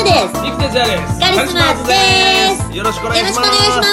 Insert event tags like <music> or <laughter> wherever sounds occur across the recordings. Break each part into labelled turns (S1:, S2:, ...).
S1: 哲也です
S2: ガリスマーズです
S1: よろしくお願いし
S2: よろ
S1: ます
S2: しくお願いします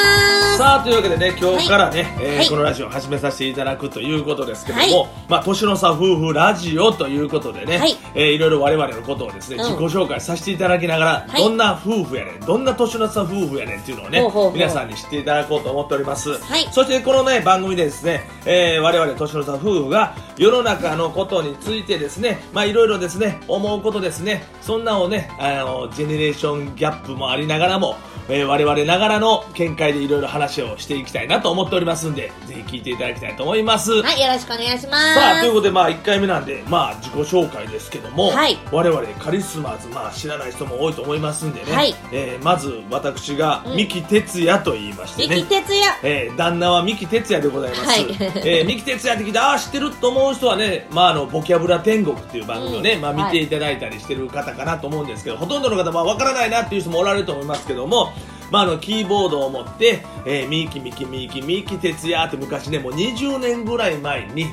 S1: さあというわけでね今日からね、えー
S2: はい
S1: このラジオ始めさせていただくということですけども、まあ年の差夫婦ラジオということでね、
S2: はい
S1: いえーいろいろ我々のことをですね、
S2: うん
S1: 自己紹介させていただきながら、
S2: はい
S1: どんな夫婦やねんどんな年の差夫婦やねんっていうのをね
S2: ほうほうほう
S1: 皆さんに知っていただこうと思っております、
S2: はい
S1: そしてこのね番組でですね、えー我々年の差夫婦が世の中のことについてですねまあいろいろですね思うことですねそんなをねあのジェネレーションギャップもありながらも、えー我々ながらの見解でいろいろ話をしていきたいなと思っておりますんでぜひ聞いていただきたいと思います、
S2: はい、よろしくお願いします。
S1: さあということでまあ1回目なんでまあ自己紹介ですけども、
S2: はい
S1: 我々カリスマーズまあ知らない人も多いと思いますんでね、
S2: はい
S1: えーまず私が
S2: うん
S1: 三木哲也と言いまして
S2: 三
S1: ね、
S2: 木哲也。
S1: えー旦那は三木哲也でございます、
S2: はい
S1: えー三木哲也って聞いてああ知ってると思う人はね、まあ、あのボキャブラ天国っていう番組をね、
S2: うん
S1: まあ、見ていただいたりしてる方かなと思うんですけど、ほとんどの方は分からないなっていう人もおられると思いますけどもまあ、あのキーボードを持って「えー、ミーキミキミーキミーキ哲也」って昔ねもう20年ぐらい前に、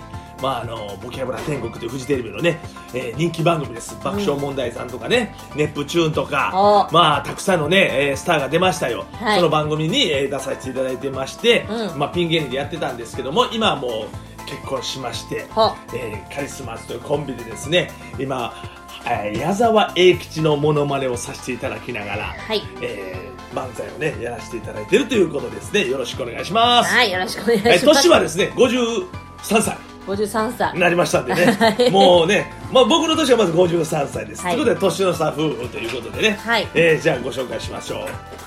S1: まあ、あのボキャブラ天国というフジテレビのね、えー人気番組です爆笑問題さんとかね、ネプチューンとか
S2: お、
S1: まあ、たくさんのね、えースターが出ましたよ、
S2: はい
S1: その番組に、えー出させていただいてまして、
S2: うん
S1: まあ、ピン芸人でやってたんですけども今はもう結婚しまして、
S2: ほ
S1: えーカリスマーズというコンビでですね今、えー矢沢永吉のモノマネをさせていただきながら、
S2: はい。
S1: えー漫才をねやらせていただいてるということですねよろしくお願いします、
S2: はい、よろしくお願いし
S1: え
S2: ま
S1: ー
S2: す。
S1: 年はですね53歳
S2: 五十三歳。
S1: なりましたん
S2: <laughs>
S1: で
S2: は
S1: ね
S2: い
S1: もうね、まあ、僕の年はまず53歳です、
S2: はい
S1: ということで年の差夫婦ということでね、
S2: はい
S1: えーじゃあご紹介しましょう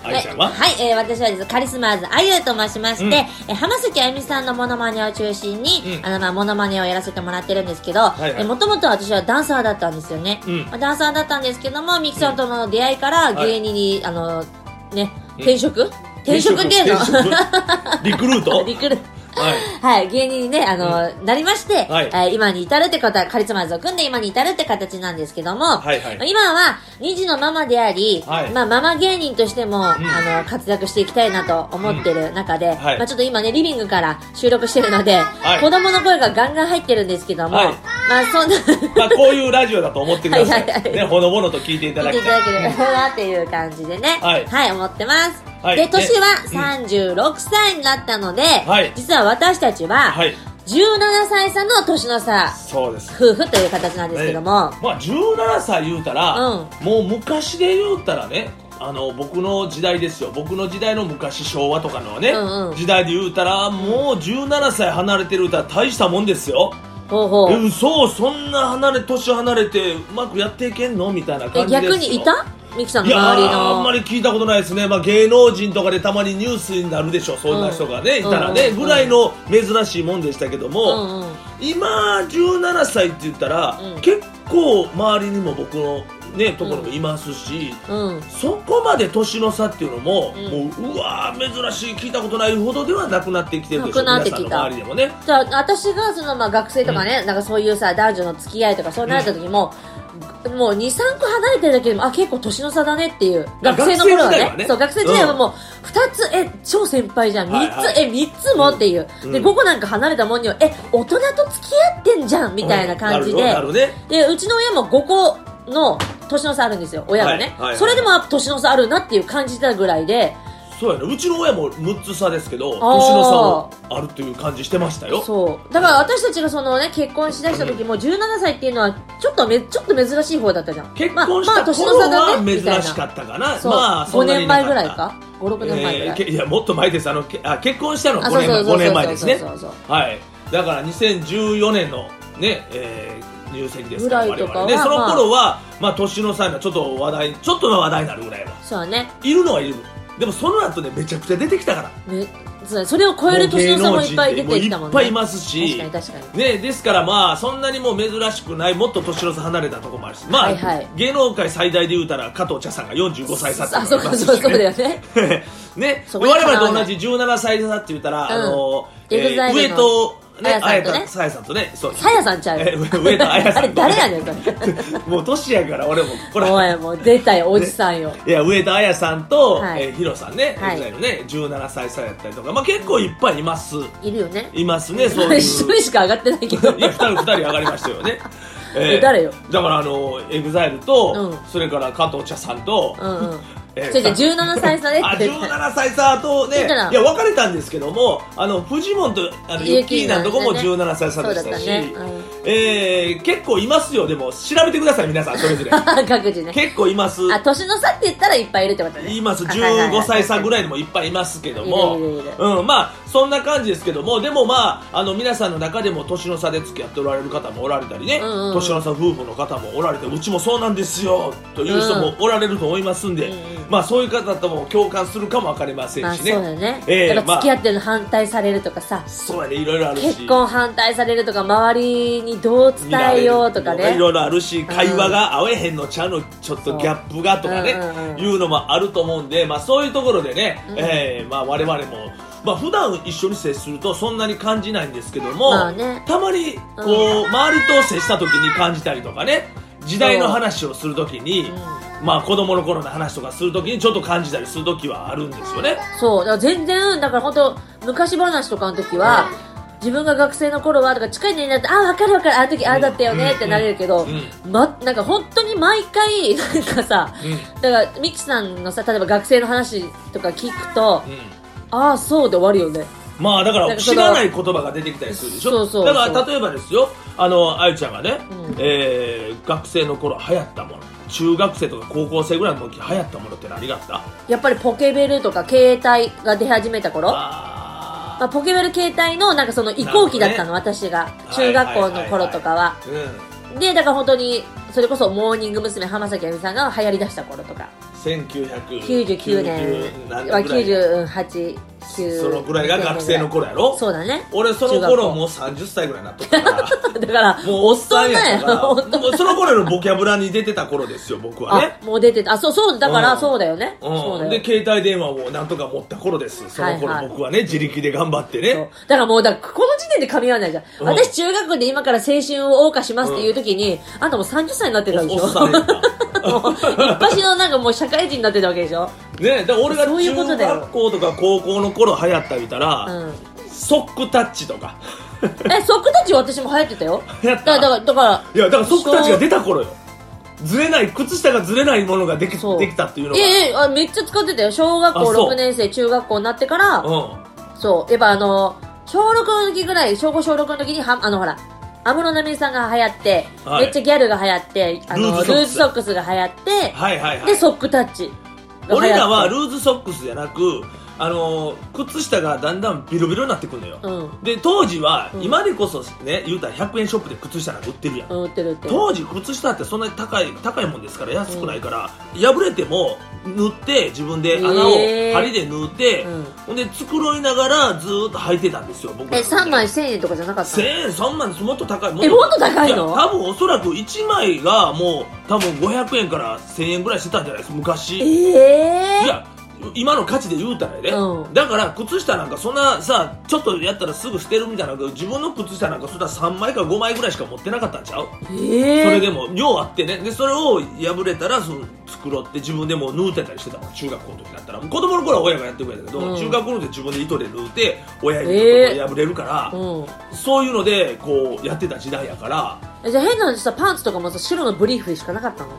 S1: あゆちゃんは、
S2: はい、えー私はですねカリスマーズあゆと申しまして、
S1: うん
S2: えー浜崎あゆみさんのモノマネを中心に、
S1: うん
S2: あの、まあ、モノマネをやらせてもらってるんですけど、
S1: はいはい
S2: えーもともと私はダンサーだったんですよね。
S1: うん
S2: まあダンサーだったんですけども、ミキさんとの出会いから
S1: はい
S2: 芸人に、あの、ね、
S1: うん
S2: 転職、転職芸
S1: 転
S2: 能
S1: 職リクル
S2: <laughs>
S1: ート
S2: リクルート
S1: はい
S2: はい、芸人にね、あの、なりまして、
S1: はい
S2: えー今に至るってことは、カリスマーズを組んで今に至るって形なんですけども、
S1: はいはい
S2: 今は2児のママであり、
S1: はい
S2: まあ、ママ芸人としても、あの活躍していきたいなと思ってる中で、
S1: はい
S2: まあ、ちょっと今ねリビングから収録してるので、
S1: い
S2: 子供の声がガンガン入ってるんですけども、
S1: はい
S2: まあそんな
S1: まあこういうラジオだと思ってください
S2: はいはいはい
S1: ねほのぼのと聞いていた
S2: 見
S1: だ
S2: て
S1: き
S2: いただ
S1: たい
S2: ければなっていう感じでね、
S1: はい
S2: 思ってます、
S1: はい
S2: で
S1: ね
S2: 年は36歳になったので、
S1: はい
S2: 実は私たちは
S1: はい
S2: 17歳差の年の差
S1: そうです
S2: 夫婦という形なんですけども、
S1: まあ17歳言うたら、
S2: うん
S1: もう昔で言うたらねあの僕の時代ですよ僕の時代の昔昭和とかのね、
S2: うんうん
S1: 時代で言うたらもう17歳離れてる歌大したもんですよ
S2: ほうほう
S1: うんそうそんな離れ年離れてうまくやっていけんのみたいな
S2: え
S1: 感じですよ
S2: 逆にいたミキさん
S1: い
S2: の
S1: や
S2: 周り
S1: ー
S2: の
S1: あんまり聞いたことないですね、まあ、芸能人とかでたまにニュースになるでしょそんな人が
S2: う
S1: ね、
S2: ん
S1: いたらね、
S2: うん
S1: ぐらいの珍しいもんでしたけど
S2: うん
S1: も、
S2: うん
S1: 今17歳って言ったら、
S2: うん
S1: 結構周りにも僕のねところもいますし、
S2: うん。
S1: そこまで年の差っていうのも、
S2: うん
S1: もううわー珍しい聞いたことないほどではなくなってきてるでしょ
S2: なくなっ
S1: 皆
S2: てきた
S1: さんの周りでもね
S2: じゃあ、私がその、まあ、学生とかね、なんかそういうさ、男女の付き合いとかそうなった時も、もう2、3個離れてるだけでも、あ、結構年の差だねっていう。
S1: あ
S2: 学生の頃は
S1: 学生時代
S2: ね。
S1: はね
S2: そう、学生時代はもう、2つ、え、超先輩じゃん。
S1: はい
S2: 3つ、
S1: はい
S2: え、3つもっていう。
S1: うん
S2: で、5個なんか離れたもんには、え、大人と付き合ってんじゃんみたいな感じで。
S1: うんなるよなるね
S2: で、うちの親も5個の年の差あるんですよ、親がね。
S1: はいはいはい
S2: それでも、あ年の差あるなっていう感じたぐらいで、
S1: そうやねうちの親も6つ差ですけど年
S2: あー
S1: の差もあるという感じしてましたよ
S2: そうだから私たちがそのね結婚しだした時も17歳っていうのはちょっとめちょっと珍しい方だったじゃん
S1: 結婚し
S2: まあま
S1: た
S2: あ年
S1: 頃
S2: の差だ
S1: は
S2: ね
S1: 珍
S2: みたいな
S1: しかったかな、
S2: そう、
S1: まあそ
S2: 5
S1: んなに
S2: 年
S1: な
S2: 前
S1: った
S2: ぐらいか56年前ぐら
S1: えー
S2: い、
S1: けいやもっと前ですあのけあ結婚したの
S2: あ
S1: 5年前5年前
S2: そ
S1: で
S2: う
S1: す
S2: そう
S1: ね
S2: そうそう
S1: はいだから2014年のね、えー入籍ですから
S2: ぐらいとかは
S1: 我々ねその
S2: まあ
S1: 頃は、まあ、年の差がちょっと話題ちょっとの話題になるぐらいは
S2: そうだね
S1: いるのはいるでもその後ねめちゃくちゃ出てきたから
S2: ねそうそれを超える年の差もいっぱい出てきたもんね
S1: う芸能人ってういっぱいいますし
S2: 確かに確かに
S1: ね、ですからまあそんなにもう珍しくないもっと年の差離れたとこもあるしまあ、
S2: はいはい
S1: 芸能界最大で言うたら加藤茶さんが45歳差っていう
S2: あ
S1: の
S2: そうか
S1: がありますし
S2: そうそうだ
S1: ね
S2: よね
S1: <laughs> ね
S2: そこに
S1: 我
S2: かなわない
S1: 々と同じ17歳差って言ったら、あの、
S2: EXILE の
S1: 上戸ね
S2: あ
S1: あ
S2: や
S1: や
S2: さんとね
S1: さやさんとねそう
S2: さやさんちゃう
S1: え上戸彩さ
S2: <laughs>
S1: ん
S2: あれ誰やねんそれ
S1: <laughs> もう年やから俺もこれ
S2: おいもう出たよおじさんよ、
S1: いや上戸彩さんと、
S2: はい
S1: えーヒロさんね、
S2: はい
S1: EXILE のね17歳差やったりとかまあ結構いっぱいいます
S2: いるよね <laughs>
S1: いますねそういう <laughs>
S2: 一人しか上がってないけど
S1: いや2人2人上がりましたよねえ
S2: <laughs>
S1: え
S2: え誰よ
S1: だからあのエグザイルと、
S2: うん
S1: それから加藤茶さんと、
S2: うんうん
S1: ええ
S2: 違う違う17歳差で
S1: あ
S2: って
S1: 17歳差とね
S2: だから
S1: いや別れたんですけどもあのフジモンとあのユ
S2: ユ
S1: ッ
S2: ッ
S1: キ
S2: キ
S1: ー
S2: ー
S1: ナ
S2: ナ
S1: の
S2: の
S1: と
S2: ね
S1: こも17歳差
S2: そう
S1: で
S2: だ
S1: し
S2: ったた
S1: し
S2: ね、
S1: えー結構いますよでも調べてください皆さんそれ
S2: <laughs>
S1: ぞれ
S2: うん、各自ね
S1: 結構います
S2: あ年の差って言ったらいっぱいいるってことね
S1: います
S2: あはいはいはい
S1: 15歳差ぐらいでもいっぱいいますけども
S2: いるいるいる
S1: うんまあそんな感じですけどもでもまああの皆さんの中でも年の差で付き合っておられる方もおられたりね、
S2: うんうんうん
S1: 年の差夫婦の方もおられてうちもそうなんですよという人もおられると思いますんで、
S2: うんうん
S1: まあそういう方とも共感するかも分かりませ
S2: ま
S1: ん
S2: あ
S1: し
S2: そう
S1: ね、
S2: だよね、
S1: ええ
S2: だから付き合ってるの反対されるとかさ、
S1: そうやねいろいろあるし
S2: 結婚反対されるとか周りにどう伝えようとかね
S1: いろいろあるし会話が合えへんのちゃうのちょっとギャップがとかね、
S2: うんうんうん
S1: いうのもあると思うんで、まあ、そういうところでね、
S2: うん
S1: えーまあ、我々も、まあ普段一緒に接するとそんなに感じないんですけども、
S2: まあね
S1: たまにこう、周りと接した時に感じたりとかね時代の話をする時に、まあ、子供の頃の話とかする時にちょっと感じたりする時はあるんですよね。
S2: そうだから全然だから本当昔話とかの時は、自分が学生の頃はとか近い年齢だってああ分かる分かるあの時ああだったよねってなれるけど、ま、なんか本当に毎回 <laughs> なんかさ
S1: うんうん
S2: だからミキさんのさ例えば学生の話とか聞くと、
S1: うん
S2: ああそうで終わるよね
S1: まあだか
S2: な
S1: ら
S2: んかそ
S1: 知
S2: の
S1: らない言葉が出てきたりするでしょ
S2: そうそうそう
S1: だから例えばですよあのあゆちゃんがね、
S2: うん
S1: えー学生の頃流行ったもの中学生とか高校生ぐらいの時流行ったものって何があった
S2: やっぱりポケベルとか携帯が出始めた頃
S1: あ
S2: まあ、ポケベル携帯のなんかその移行期だったの、私が中学校の頃とかは,、
S1: ーうん
S2: でだから本当にそれこそモーニング娘。浜崎あゆみさんが流行りだした頃とか
S1: 1999
S2: 99
S1: 年
S2: 年
S1: 何
S2: は
S1: 年ぐらい
S2: 989
S1: そのぐらいが学生の頃やろ
S2: そうだね
S1: 俺その
S2: 中学
S1: 頃
S2: 校
S1: もう30歳ぐらいになっとった
S2: <laughs>
S1: から
S2: だから
S1: もう
S2: お
S1: お
S2: っ
S1: っさ
S2: さん
S1: ん
S2: だ
S1: やか
S2: <laughs>
S1: ら
S2: よ
S1: もうその頃のボキャブラに出てた頃ですよ僕はね
S2: あもう出てたあそうそうだか
S1: う
S2: ら
S1: ん
S2: そうだよね、 <laughs> そうだ
S1: う
S2: よ
S1: ん、で携帯電話をなんとか持った頃ですその頃、
S2: はいはい
S1: 僕はね自力で頑張って
S2: そう
S1: ね
S2: だからもうだからこの時点で噛み合わないじゃん、
S1: うん
S2: 私中学校で今から青春を謳歌しますっていう時に、あんたもう30歳になってたで
S1: お
S2: しょ
S1: おっさんや
S2: も <laughs> う一発のなんかもう社会人になってたわけでしょ
S1: ねで俺が
S2: そういうこと
S1: 中
S2: だよ
S1: 学校とか高校の頃流行ったみたら、
S2: うん
S1: ソックタッチとか
S2: え、ソックたち私も流行ってたよ。
S1: 流行っ
S2: だ
S1: た
S2: だから、だから、
S1: いやだからソックタッチが出た頃よずれない靴下がずれないものができ
S2: そう
S1: できたっていうのが
S2: ええあ、めっちゃ使ってたよ。小学
S1: あ
S2: 校
S1: そう
S2: 6年生、中学校になってから、
S1: う
S2: そう、やっぱあの、小6の時ぐらい、小5小6の時に、はあのほら、安室奈美恵さんが流行って、
S1: はい
S2: めっちゃギャルが流行って、あの、
S1: ルー
S2: ルー
S1: ズソックス
S2: ズソックスが流行って
S1: ん、はいはいは
S2: で、
S1: い
S2: ソックタッチが流行って。
S1: 俺らはルーズソックスじゃなくあのー靴下がだんだんビロビロになってくるのよ、
S2: うん。
S1: で当時は、
S2: うん
S1: 今でこそね言うたら100円ショップで靴下なんか売ってるやん
S2: うん、売ってる売ってる。
S1: 当時靴下ってそんなに高い高いもんですから安くないから、破れても塗って自分で穴を
S2: えー
S1: 針で縫って、
S2: うん
S1: ほんで繕いながらずーっと履いてたんですよ僕
S2: え、3枚1000円とかじゃなかった
S1: 1000
S2: の
S1: 円3万もっと高いも
S2: え、もっと高い
S1: や
S2: の
S1: 多分おそらく1枚がもう多分500円から1000円ぐらいしてたんじゃないですか昔、
S2: ええ
S1: いや今の価値で言うたらやで、
S2: うん
S1: だから靴下なんかそんなさちょっとやったらすぐ捨てるみたいなのが自分の靴下なんかそんな3枚か5枚ぐらいしか持ってなかったんちゃう
S2: ええ
S1: それでも量あってねでそれを破れたらその繕って自分でもう縫うてたりしてたもん中学校の時だったら子供の頃は親がやってくれたけど、
S2: うん
S1: 中学校の時自分で糸で縫うて親指と
S2: え
S1: か破れるから、
S2: うん。
S1: そういうのでこうやってた時代やから
S2: えじゃあ変な話さ、パンツとかもさ、白のブリーフしかなかったの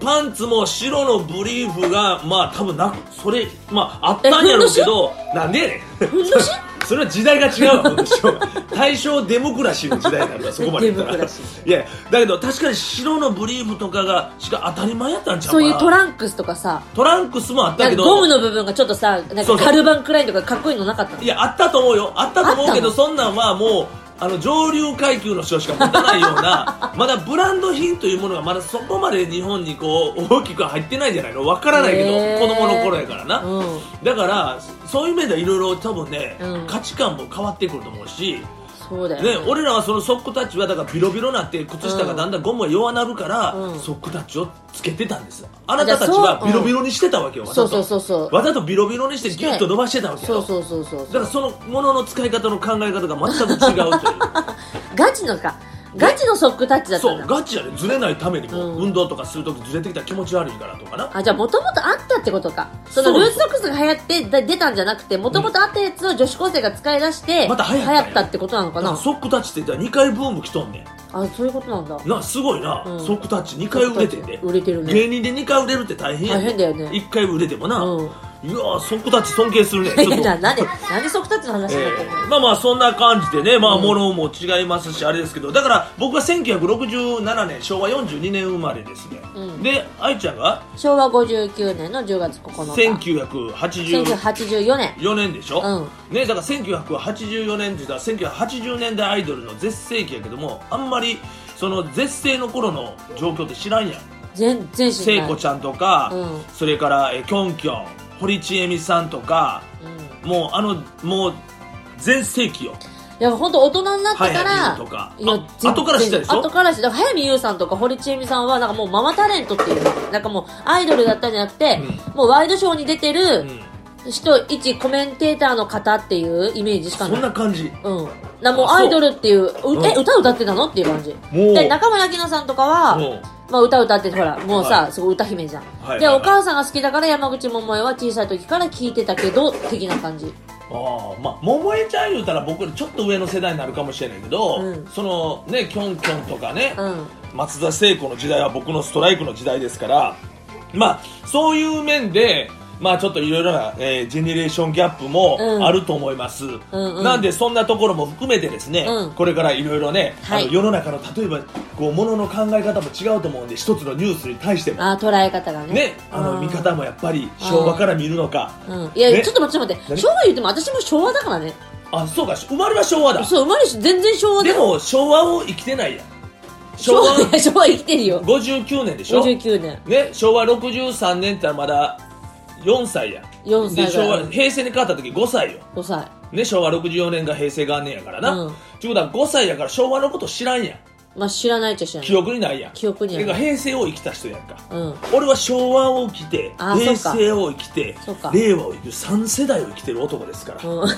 S1: パンツも白のブリーフがまあ多分なくそれまああったんやろうけどなんでやねん <laughs> それは時代が違うわ僕しょうが大正デモクラシーの時代になるからそこまでいったら
S2: デモクラシー
S1: いやだけど確かに白のブリーフとかがしか当たり前やったんちゃ
S2: そ
S1: うか
S2: う
S1: な
S2: いうトランクスとかさ、
S1: トランクスもあっ
S2: な
S1: た
S2: ん
S1: け
S2: か
S1: ど
S2: ゴムの部分がちょっとさ、なん
S1: そう
S2: か
S1: そう
S2: カルバンくらいとかかっこいいのなかったの
S1: いやあったと思うよあったと思うけど
S2: あったの
S1: そんなんはもうあの上流階級の人しか持たないような <laughs> まだブランド品というものがまだそこまで日本にこう大きくは入ってないんじゃないのわからないけど、
S2: へー
S1: 子供の頃やからな、
S2: うん。
S1: だからそういう面ではいろいろ多分ね、
S2: うん
S1: 価値観も変わってくると思うし
S2: そうだよ、
S1: ね、俺らはそのソックタッチはだからビロビロなって靴下がだんだんゴムが弱なるから、
S2: うん
S1: ソックタッチをつけてたんですあなたたちはビロビロにしてたわけよ、わざ
S2: そう
S1: と
S2: そうそうそう。
S1: わざとビロビロにしてギュッと伸ばしてたわけよ
S2: そうそうそうそう <laughs>
S1: だからそのものの使い方の考え方が全く違うという
S2: ガチのか。ガチのソックタッチだった
S1: そ
S2: ん
S1: う
S2: だ
S1: ガチやねずれないためにも、
S2: うん
S1: 運動とかするときずれてきたら気持ち悪いからとかな
S2: あじゃあもともとあったってことかその
S1: そう
S2: ル
S1: で
S2: ー
S1: す
S2: ズソックスが流行ってだ出たんじゃなくてもともとあったやつを女子高生が使い出して、
S1: また流行ったんや
S2: ったってことなのか
S1: なん
S2: な
S1: かソックタッチって言ったら2回ブーム来とんね
S2: あそういうことなんだ
S1: んなすごいな、
S2: うん
S1: ソックタッチ2回売れてんで、
S2: 売れてるね
S1: 芸人で2回売れるって大変や
S2: 大変だよね
S1: 1回売れてもな、
S2: うん
S1: いやーソックタッチ尊敬す
S2: <laughs>
S1: るね
S2: い
S1: ちょ
S2: や
S1: っと
S2: ななんでなんでソックタッチの話になった
S1: え
S2: の、
S1: ーまあまあそんな感じでねまあ
S2: うん
S1: ものも違いますしあれですけどだから僕は1967年昭和42年生まれですね、
S2: うん
S1: で愛ちゃんが
S2: 昭和59年の10月9日
S1: 1984
S2: 1984年
S1: 年でしょ、
S2: うん
S1: ねだから1984年って言ったら1980年代アイドルの絶世紀やけどもあんまりその絶世の頃の状況って知らんやん
S2: 全然知
S1: 聖
S2: らな
S1: 子
S2: い
S1: ちゃんとか、
S2: うん
S1: それからえーキョンキョン堀ちえみさんとか
S2: うん
S1: もうあのもう全盛期よ
S2: いや本当大人になってから、
S1: 早見優とか
S2: いや
S1: あ後から知ったでしょ
S2: 後から知った早見優さんとか堀ちえみさんはなんかもうママタレントっていうなんかもうアイドルだったんじゃなくて、もうワイドショーに出て
S1: う
S2: る
S1: ん
S2: 人、一コメンテーターの方っていうイメージしか
S1: そ
S2: ない
S1: んな感じ
S2: うんなもうアイドルっていううえ
S1: うん
S2: 歌歌ってたのっていう感じ
S1: もう
S2: で中村明菜さんとかは、
S1: も
S2: まあ、歌歌ってほらもうさ、
S1: は
S2: すごい歌姫じゃん、
S1: うはい
S2: で
S1: はい
S2: お母さんが好きだから山口百恵は小さい時から聞いてたけど的な感じ
S1: ああまあ桃江ちゃん言うたら僕よりちょっと上の世代になるかもしれないけど、
S2: うん
S1: そのねキョンキョンとかね、
S2: うん
S1: 松田聖子の時代は僕のストライクの時代ですからまあそういう面でまあちょっといろいろな、えージェネレーションギャップも
S2: うん
S1: あると思います、
S2: うんうん
S1: なんでそんなところも含めてですね、
S2: うん
S1: これからいろいろね、
S2: はい
S1: あの世の中の例えばこうものの考え方も違うと思うんで一つのニュースに対しても
S2: あー捉え方が
S1: ねあの
S2: うん
S1: 見方もやっぱり昭和から見るのか
S2: うん、いや、
S1: ね
S2: ちょっと待って、ちょっと待って、
S1: 何
S2: 昭和言っても私も昭和だからね。
S1: あそうか生まれは昭和だ
S2: そう、生まれし、全然昭和だ
S1: で
S2: よ。
S1: も昭和を生きてないやん昭
S2: 昭
S1: 和
S2: 和、い <laughs> や昭和生きてるよ。
S1: 59年でしょ
S2: 59年、
S1: ね、昭和63年ってまだ4歳や
S2: 4歳
S1: で昭
S2: ぐら
S1: 和
S2: い。
S1: 平成に変わった時5歳よ、
S2: 5歳。
S1: ね、昭和64年が平成元年やからな、
S2: うん
S1: ちゅうことは5歳やから昭和のこと知らんやん
S2: まあ、知らないっちゃ知らない。
S1: 記憶にないやん
S2: 記憶には
S1: てか
S2: ない。
S1: 平成を生きた人やんか
S2: うん。 <laughs>
S1: 俺は昭和を生きて
S2: あ
S1: 平
S2: そっか
S1: 成を生きて
S2: そっか
S1: 令和を生きる3世代を生きてる男ですから、
S2: うん、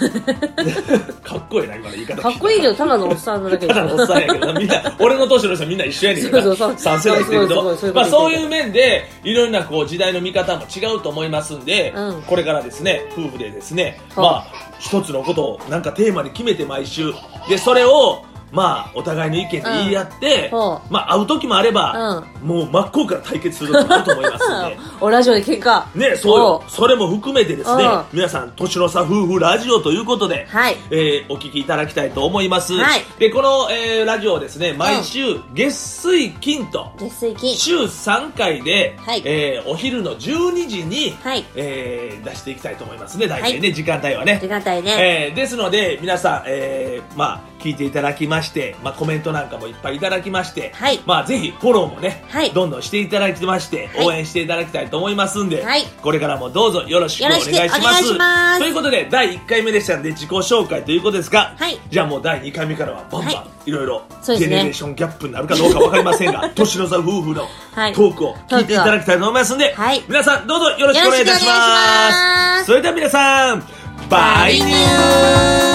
S1: かっこいいな今の言い方
S2: かっこいいけど、ただのおっさんなだけ
S1: <laughs> た
S2: ど。
S1: だのおっさんやけどなみんな俺の年の人はみんな一緒やねんから
S2: そうそうそう
S1: 3世代って言うけ
S2: そうそうそうそういうこと言ってる
S1: どまあそういう面でいろいろなこう時代の見方も違うと思いますんで、
S2: うん
S1: これからですね夫婦でですね
S2: はい
S1: まあ一つのことをなんかテーマに決めて毎週でそれをまあお互いの意見で言い合って、
S2: うんほ
S1: まあ会う時もあれば、もう真っ向から対決する時もあると思います
S2: <laughs>
S1: んで
S2: うん。おラジオで喧嘩。
S1: ねそうよ
S2: おう
S1: それも含めてですね
S2: うん
S1: 皆さん年の差夫婦ラジオということで、
S2: はい。
S1: えーお聞きいただきたいと思います、
S2: はい
S1: でこの、えーラジオをですね毎週月水金と
S2: 月水金。
S1: 週3回で、
S2: はい
S1: えーお昼の12時に、
S2: はい。
S1: えー出していきたいと思いますね大体ね、時間帯はね
S2: 時、間帯ね。
S1: えーですので皆さん、えーまあ、聞いていただきまして、まあ、コメントなんかもいっぱいいただきまして、
S2: はい
S1: まあ、ぜひフォローもね、
S2: はい
S1: どんどんしていただいてまして、
S2: はい
S1: 応援していただきたいと思いますんで、
S2: はい
S1: これからもどうぞよろしくお願いし
S2: よろ
S1: ま
S2: しくお
S1: す
S2: 願いします
S1: ということで第1回目でしたので自己紹介ということですが、
S2: はい
S1: じゃあもう第2回目からはバンバン、、
S2: はい
S1: ろいろジ
S2: そうです
S1: ェ
S2: ね
S1: ネレーションギャップになるかどうか分かりませ
S2: <laughs>
S1: んが年の差夫婦の
S2: はい
S1: トークを聞いていただきたいと思いますんで、
S2: はい
S1: 皆さんどうぞよろしくお願いいたし
S2: よろしくお願いしま
S1: ま
S2: す
S1: すそれでは皆さんバイニュー
S2: ー